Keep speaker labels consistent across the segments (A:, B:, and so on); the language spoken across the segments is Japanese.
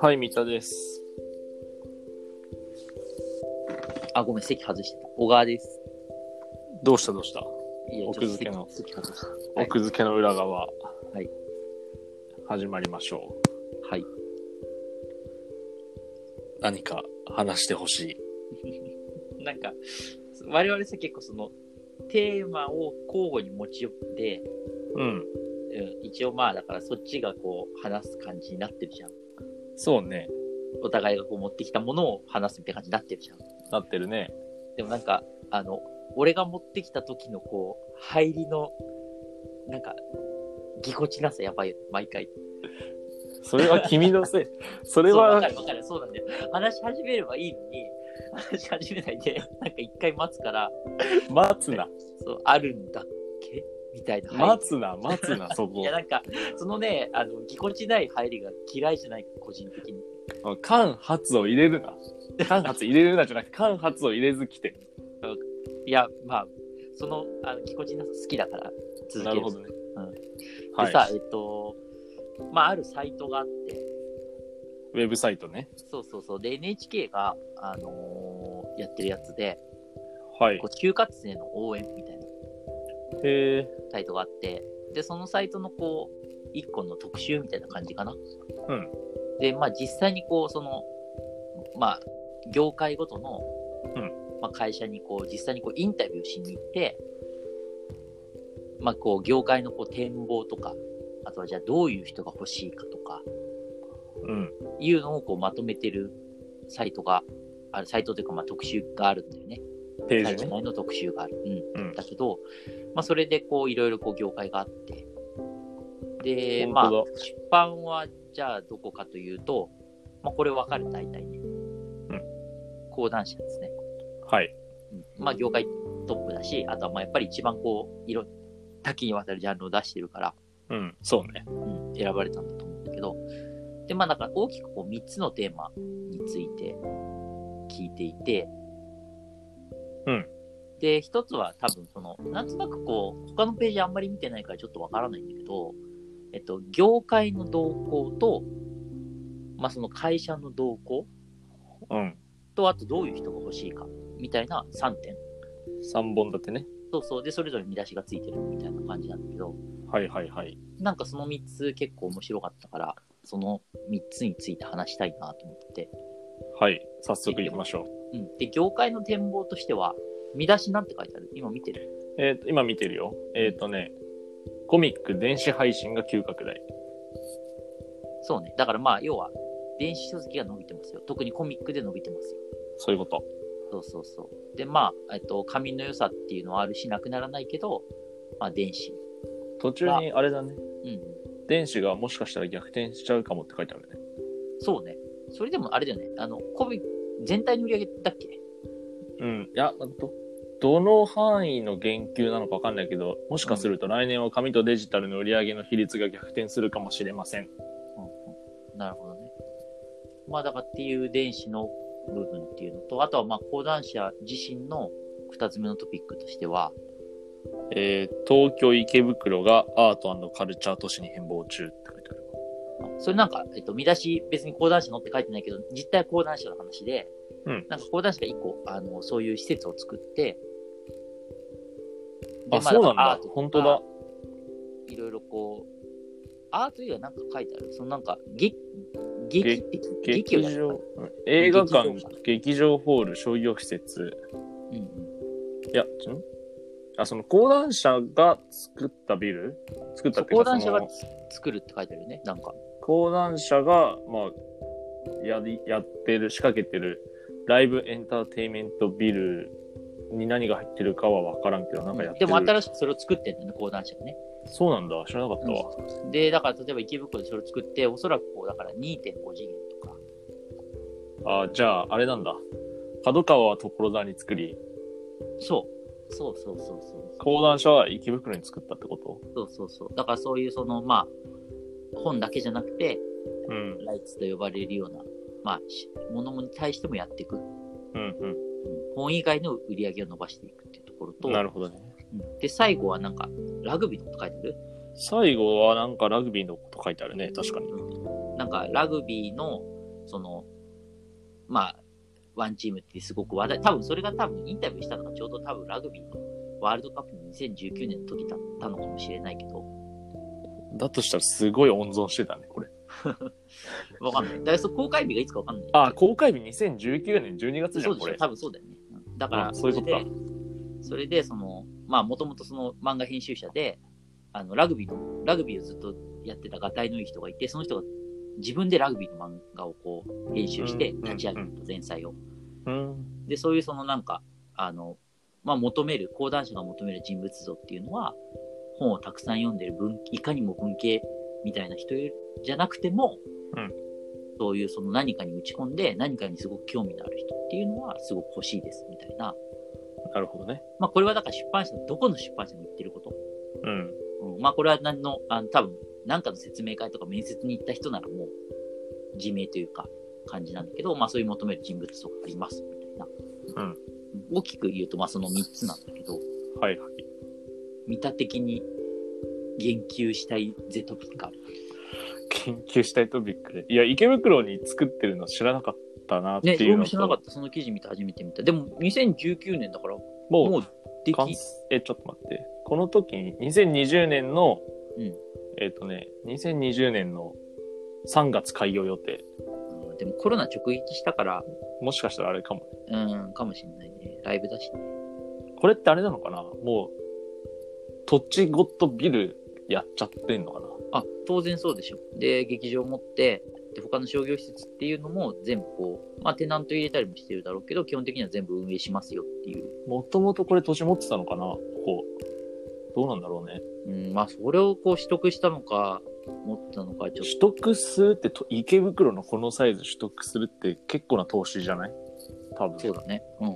A: はい、三田です。
B: あ、ごめん、席外してた。小川です。
A: どうしたどうした
B: いや
A: 奥付けの
B: ちょっと席席外した。はい
A: 奥付けの裏側。
B: い
A: 始まりましょ
B: はい。
A: う。何か話してほしい。
B: なんか、我々さ、結構その、テーマを交互に持ち寄って、
A: うん。
B: うん、一応まあ、だからそっちがこう、話す感じになってるじゃん。
A: そうね。
B: お互いがこう持ってきたものを話すみたいな感じになってるじゃん。
A: なってるね。
B: でもなんか、あの、俺が持ってきた時のこう、入りの、なんか、ぎこちなさやばいよ、毎回。
A: それは君のせい。 それ
B: そうわ
A: は
B: か、るわかる、そうなんだよ。話し始めればいいのに、話し始めないで、なんか一回待つから、
A: 待つな。
B: そう、あるんだっけみたいな。
A: 待つな、待つ な、そ
B: い
A: こ
B: や、。なんか、そのね、あの、ぎこちない入りが嫌いじゃない、個人的に。
A: 間髪を入れるな。間髪入れるなじゃなくて、間髪を入れず来て。
B: いや、まあ、その、あのぎこちなさ好きだから、続け
A: な
B: る。
A: るほどね。
B: で
A: はい
B: さ、。えっと、まあ、あるサイトがあって、
A: ウェブサイトね。
B: そうそうそう、で、NHK が、あのーやってるやつで、
A: はい
B: こ。う就活生の応援みたいな。
A: へえ。
B: サイトがあって、で、そのサイトのこう、一個の特集みたいな感じかな。
A: うん
B: で、まあ実際にこう、その、まあ、業界ごとの、
A: うん
B: まあ会社にこう、実際にこう、インタビューしに行って、まあこう、業界のこう、展望とか、あとはじゃあどういう人が欲しいかとか、
A: うん。
B: いうのをこう、まとめてるサイトが、あるサイトというか、まあ特集があるんだよね。
A: ペ
B: 最
A: ージ
B: 近
A: ね。
B: の特集がある。うん。
A: うん
B: だけど、まあ、それでこう、いろいろこう、業界があって。で、まあ
A: 本当、
B: 出版は、じゃあ、どこかというと、まあ、これ分かる、大体ね。
A: ん
B: 講談社ですね。
A: だ。はい。
B: まあ、業界トップだし、あとは、まあ、やっぱり一番こう、いろ、多岐にわたるジャンルを出してるから、
A: うん。そうね。
B: うん、選ばれたんだと思うんだけど、で、まあ、なんか、大きくこう、3つのテーマについて聞いていて、
A: うん。
B: で、一つは多分その、なんとなくこう、他のページあんまり見てないからちょっとわからないんだけど、えっと、業界の動向と、まあ、その会社の動向
A: うん。
B: と、あとどういう人が欲しいか、みたいな3点。
A: 3本立てね。
B: そうそう。で、それぞれ見出しがついてるみたいな感じなんだけど、
A: はいはいはい。
B: なんかその3つ結構面白かったから、その3つについて話したいなと思って。
A: はい。早速行きましょう。
B: うん。で、業界の展望としては、見出しなんて書いてある今見てる。
A: えーと、今見てるよ。えっ、とね、コミック電子配信が急拡大。
B: そうね。だからまあ、要は、電子書籍が伸びてますよ。特にコミックで伸びてますよ。
A: そういうこと。
B: そうそうそう。で、まあ、えっと、紙の良さっていうのはあるし、なくならないけど、まあ、電子。
A: 途中にあれだね。
B: うん。
A: 電子がもしかしたら逆転しちゃうかもって書いてあるね。
B: そうね。それでもあれだよね。あの、コミ、全体の売り上げだっけ
A: うん。いや、ど、どの範囲の言及なのかわかんないけど、もしかすると来年は紙とデジタルの売り上げの比率が逆転するかもしれません。
B: うんうん。なるほどね。まあ、だからっていう電子の部分っていうのと、あとはまあ、講談社自身の二つ目のトピックとしては、
A: えー東京池袋がアートカルチャー都市に変貌中って書いてある。
B: それなんか、えっと、見出し、別に講談社のって書いてないけど、実態は講談社の話で、
A: うん
B: なんか講談社が一個、あの、そういう施設を作って、で
A: あ、そうなん
B: からア
A: だ
B: ート。
A: 本当だ。
B: いろいろこう、アート以外なんか書いてあるそのなんか、劇、劇的、劇を
A: 劇
B: やった。
A: 場、映画館
B: 劇場、
A: 劇場ホール、商業施設、
B: うんうん。
A: いや、んあ、その講談社が作ったビル作ったっていう
B: 講
A: か、
B: 談社
A: そ
B: が
A: の
B: つ作るって書いてあるよね、なんか。
A: 講談社が、まあ、やり、やってる、仕掛けてる、ライブエンターテインメントビルに何が入ってるかはわからんけど、なんかやって
B: で
A: る。
B: も新しくそれを作ってんだよね、講談社がね。
A: そうなんだ、知らなかったわ。
B: で、だから例えば池袋でそれを作って、おそらくこう、だから2.5次元とか、
A: あ、じゃあ、あれなんだ。角川は所沢に作り、
B: そう。そうそうそうそう。
A: 講談社は池袋に作ったってこと
B: そうそうそう。だからそういうその、まあ、本だけじゃなくて、
A: うん。
B: ライツと呼ばれるような、まあ、しものに対してもやっていく。うん
A: うん
B: 本以外の売り上げを伸ばしていくっていうところ
A: う
B: と、
A: ん。なるほどね。
B: うんで、最後はなんか、ラグビーのこと書いてある
A: 最後はなんかラグビーのこと書いてあるね、確かに。
B: なんか、ラグビーの、その、まあ、ワンチームってすごく話題、多分それが多分インタビューしたのがちょうど多分ラグビーのワールドカップの2019年の時だったのかもしれないけど、
A: だとしたらすごい温存してたね、これ。
B: わかんない。だからそ公開日がいつかわかんない。
A: あ、公開日2019年12月じゃ、
B: そうんで
A: こ
B: しょ
A: れ。
B: 多分そうだよね。うんだから、
A: あそういうことか
B: れでそれで、その、まあ、もともとその漫画編集者で、あの、ラグビーの、ラグビーをずっとやってたがたいのいい人がいて、その人が自分でラグビーの漫画をこう、編集して
A: うん
B: 立ち上げると、前菜を。
A: うん。
B: で、そういうそのなんか、あの、まあ、求める、講談社が求める人物像っていうのは、本をたくさん読んでる文、いかにも文系みたいな人じゃなくても、
A: うん
B: そういうその何かに打ち込んで、何かにすごく興味のある人っていうのはすごく欲しいですみたいな。
A: なるほどね。
B: まあ、これはだから出版社、どこの出版社も言ってること。
A: うん。
B: うん、まあ、これは何の、あの、多分、何かの説明会とか面接に行った人ならもう、自明というか、感じなんだけど、まあ、そういう求める人物とかあります、みたいな。
A: うん。
B: 大きく言うと、まあ、その3つなんだけど、
A: はいはい。
B: 見た的に言及したいゼトピッカ。
A: 研究したいトピックで。いや、池袋に作ってるの知らなかったなってい
B: ね、俺
A: うの
B: も
A: と。
B: 知らなかった。その記事見て初めて見た。でも、2019年だから、も
A: もう
B: うでき、
A: 完成え、ちょっと待って。この時に、2020年の、
B: うん
A: えっ、とね、2020年の3月開業予定。
B: うんでもコロナ直撃したから、
A: もしかしたらあれかも。
B: うん、かもしれないね。ライブだしね。
A: これってあれなのかなもう、土地ごとビルやっちゃってんのかな
B: あ、当然そうでしょ。で、劇場持って、で、他の商業施設っていうのも全部こう、まあ、テナント入れたりもしてるだろうけど、基本的には全部運営しますよっていう。
A: もともとこれ土地持ってたのかなここ。どうなんだろうね。
B: うん、まあ、それをこう取得したのか、持ったのか、ちょっ
A: 取得するってと、池袋のこのサイズ取得するって結構な投資じゃない多分。
B: と、そうだね。うん。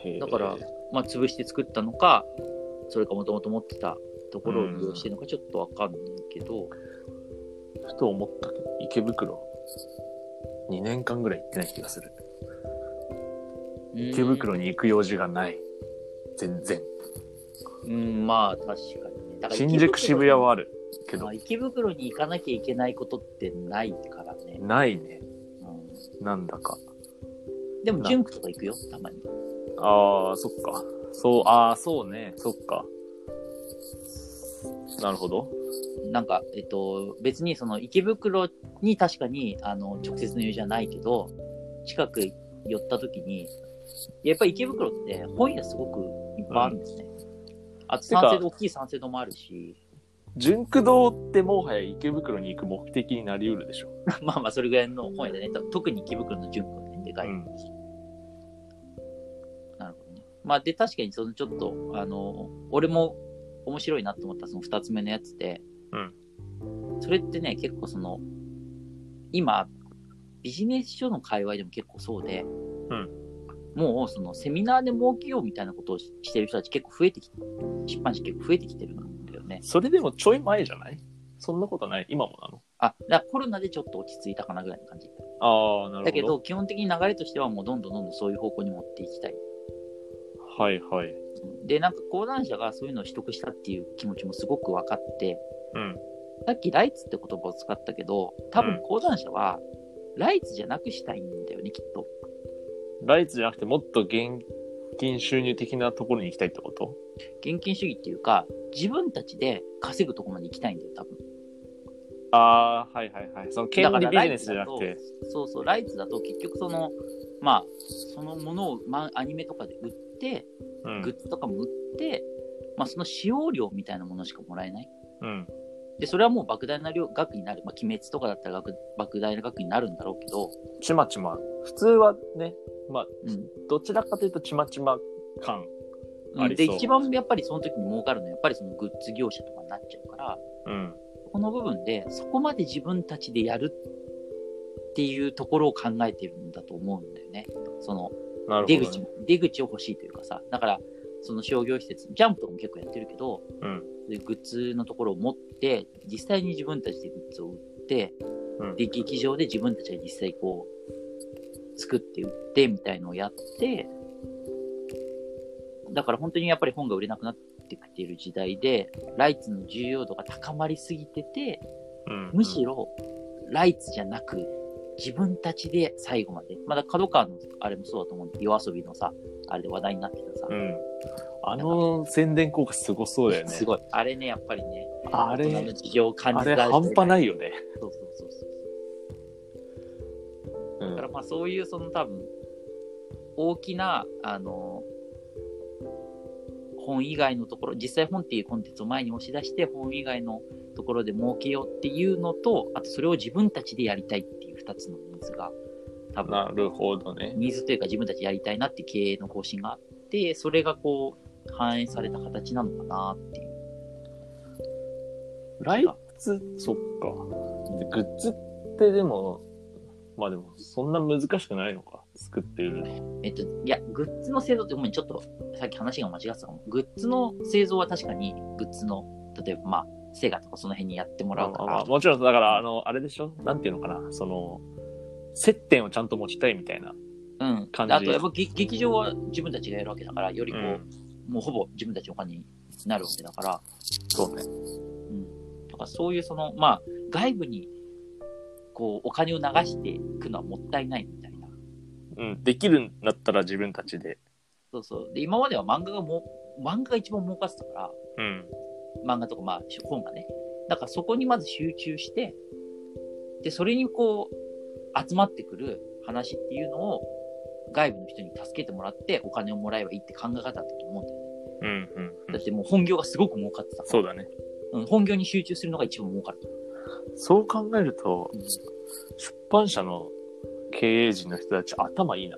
A: へー
B: だから、まあ、潰して作ったのか、それかもともと持ってたところを利用してるのかちょっとわかんないけど、
A: ふと思ったけど、池袋、2年間ぐらい行ってない気がする。
B: うん
A: 池袋に行く用事がない。全然。
B: うん、まあ確かにね。だから
A: 新宿渋谷はあるけ
B: ま
A: ど
B: あ、、池袋に行かなきゃいけないことってないからね。
A: ないね。
B: う
A: なんだか。
B: ん、でも、ジュンクとか行くよ、たまに。
A: ああ、そっか。そう、ああ、そうね。そっか。なるほど。
B: なんか、えっと、別にその池袋に確かに、あの、直接の用事はないけど、近く寄った時に、やっぱり池袋って本屋すごくいっぱいあるんですね。あと、
A: てか
B: 三省堂、大きい三省堂もあるし、
A: 純駆堂ってもはや池袋に行く目的になりうるでしょ。
B: まあまあ、それぐらいの本屋でね、と特に池袋の純君ね、でかい。
A: うん
B: なるほどね。まあ、で、確かに、そのちょっと、あの、俺も面白いなと思った、その二つ目のやつで、
A: うん
B: それってね、結構その、今、ビジネス書の界隈でも結構そうで、
A: ん
B: もう、その、セミナーで儲けようみたいなことをししてる人たち結構増えてきて、出版社結構増えてきてるんだよね。
A: それでもちょい前じゃないそんなことない今もなの
B: あ、だからコロナでちょっと落ち着いたかなぐらいの感じ。
A: ああ、なるほど。
B: だけど、基本的に流れとしてはもうどんどんどんどんそういう方向に持っていきたい。
A: はいはい。
B: で、なんか講談社がそういうのを取得したっていう気持ちもすごく分かって、
A: うん。
B: さっきライツって言葉を使ったけど、多
A: う
B: 分
A: ん
B: 講談社はライツじゃなくしたいんだよね、きっと。
A: ライツじゃなくてもっと現金収入的なところに行きたいってこと
B: 現金主義っていうか、自分たちで稼ぐとこまで行きたいんだよ、多分。
A: ああ、はいはいはい。その権
B: だか
A: 利
B: ら
A: ビ
B: ラ
A: ジ
B: イ
A: ネ
B: ツ
A: スじゃ
B: だ
A: な
B: と
A: くて。、
B: そうそう、ライツだと結局その、まあ、そのものを、まアニメとかで売って、
A: うん
B: グッズとかも売って、まあその使用料みたいなものしかもらえない。
A: うん。
B: で、それはもう莫大な量額になる。まあ、鬼滅とかだったら額莫大な額になるんだろうけど、
A: ちまちま。普通はね、まあ、
B: うん
A: どちらかというとちまちま感。あり
B: で、
A: そう
B: 一番やっぱりその時に儲かるのは、やっぱりそのグッズ業者とかになっちゃうから、
A: うん。
B: この部分で、そこまで自分たちでやるっていうところを考えてるんだと思うんだよね。その、
A: なるほど、ね。
B: 出口、出口を欲しいというかさ、だから、その商業施設、ジャンプとかも結構やってるけど、
A: うん。
B: でグッズのところを持って、実際に自分たちでグッズを売って、
A: うん
B: で、劇場で自分たちが実際こう、作って売ってみたいのをやって、だから本当にやっぱり本が売れなくなってきている時代で、ライツの重要度が高まりすぎてて、
A: うん
B: むしろライツじゃなく、自分たちで最後まで、まだ角川のあれもそうだと思うんで、夜遊びのさ、あれで話題になってたさ、
A: うん。あの宣伝効果すごそうだよね。
B: すごい。あれね、やっぱりね、
A: あ
B: 大人の
A: れ、
B: 事情を感
A: あ
B: じた
A: れ半端ないよね。
B: そうそうそうそう。
A: う
B: だか
A: ん
B: らまあそういうその多分大きなあの本以外のところ実際本っていうコンテンツを前に押し出して本以外のところで儲けようっていうのとあとそれを自分たちでやりたいっていう2つのニーズが多分
A: なるほどね。
B: ニーズというか自分たちでやりたいなっていう経営の方針があってそれがこう反映された形なのかなっていう
A: ライツ、そっか。でグッズってでも、まあでも、そんな難しくないのか。作って売るの。
B: えっと、いや、グッズの製造って、ごめん、ちょっと、さっき話が間違ってたかも。グッズの製造は確かに、グッズの、例えば、まあ、セガとかその辺にやってもらう
A: ま
B: か
A: あまあ
B: ら、
A: もちろん、だから、あの、あれでしょなんていうのかな。その、接点をちゃんと持ちたいみたいな。
B: うん。
A: 感じ
B: あと、やっぱ劇劇場は自分たちがやるわけだから、よりこう、もうほぼ自分たちのお金になるわけだから、
A: そうね。
B: うん。だからそういう、その、まあ、外部に、こう、お金を流していくのはもったいないみたいな。
A: うん。できるんだったら自分たちで。
B: そうそう。で、今までは漫画がもう、漫画が一番儲かってたから、
A: うん。
B: 漫画とか、まあ、本がね。だからそこにまず集中して、で、それにこう、集まってくる話っていうのを、外部の人に助けてもらって、お金をもらえばいいって考え方だと思うんだよね。
A: うんうんう
B: だっ
A: ん。
B: てもう本業がすごく儲かってたか
A: そうだね。
B: ら、うん、本業に集中するのが一番儲かると。
A: そう考えると、
B: うん
A: 出版社の経営陣の人たち頭いいな。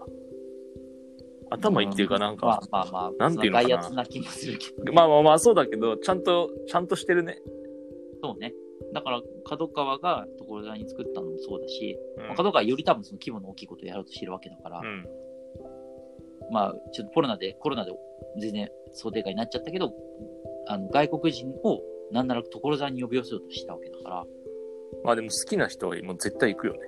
A: 頭いいっていうかなんか、
B: まあまあま
A: な
B: あ、
A: んていうのかな
B: 外圧な気もするけど、
A: まあまあまあそうだけど、ちゃんと、ちゃんとしてるね。
B: そうね。だから、角川が所沢に作ったのもそうだし、
A: うん
B: まあ角川より多分その規模の大きいことをやろうとしてるわけだから、
A: うん。
B: まあ、ちょっとコロナで、コロナで全然想定外になっちゃったけど、あの外国人をなんなら所沢に呼び寄せようとしたわけだから、
A: まあでも好きな人はもう絶対行くよね。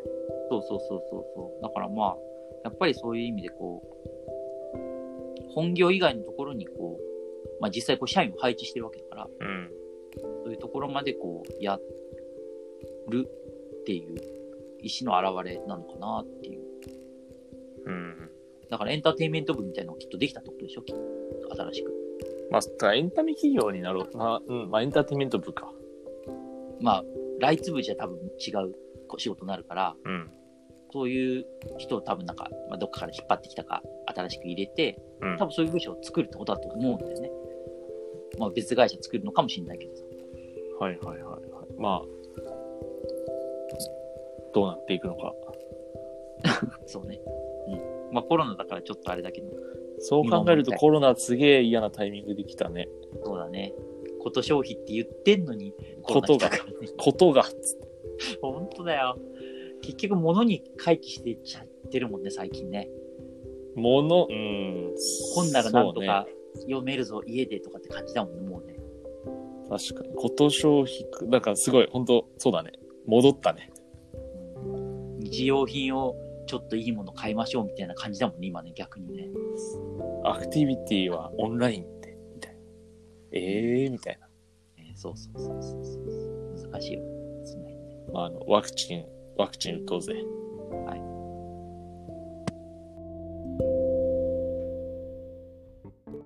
B: そうそうそうそうそう。だからまあ、やっぱりそういう意味でこう、本業以外のところにこう、まあ実際こう社員を配置してるわけだから、
A: うん。
B: そういうところまでこう、やるっていう意思の表れなのかなっていう。
A: うん。
B: だからエンターテインメント部みたいなのがきっとできたってことでしょ、きっと新しく。
A: まあ、だからエンタメ企業になろう。まあ、うん。まあエンターテインメント部か。
B: まあ、ライツ部じゃ多分違うこう仕事になるから、
A: うん。
B: そういう人を多分なんか、まあ、どっかから引っ張ってきたか、新しく入れて、
A: うん
B: 多分そういう部署を作るってことだと思うんだよね。まあ、別会社作るのかもしれないけどさ。
A: はいはいはいはい。まあ、どうなっていくのか。
B: そうね。うん。まあ、コロナだからちょっとあれだけど、
A: そう考えるとコロナすげえ嫌なタイミングで来たね。
B: そうだね。こと消費って言ってんのに、
A: こと
B: コロナ
A: が
B: 来たからね。
A: ことが、
B: 本当だよ。結局、物に回帰していっちゃってるもんね、最近ね。
A: もの、うん。
B: 本ならなんと
A: そうね
B: か読めるぞ、家でとかって感じだもんね、もうね。
A: 確かに。こと消費く、なんかすごい、本当そうだね。戻ったね。
B: 日用品をちょっといいもの買いましょうみたいな感じだもんね、今ね、逆にね。
A: アクティビティはオンラインって、みたいな。ええー、みたいな。
B: えーそうそうそうそうそう。難しいよ。その辺ね。
A: まあ、あの、ワクチン、ワクチン打とうぜ。
B: はい。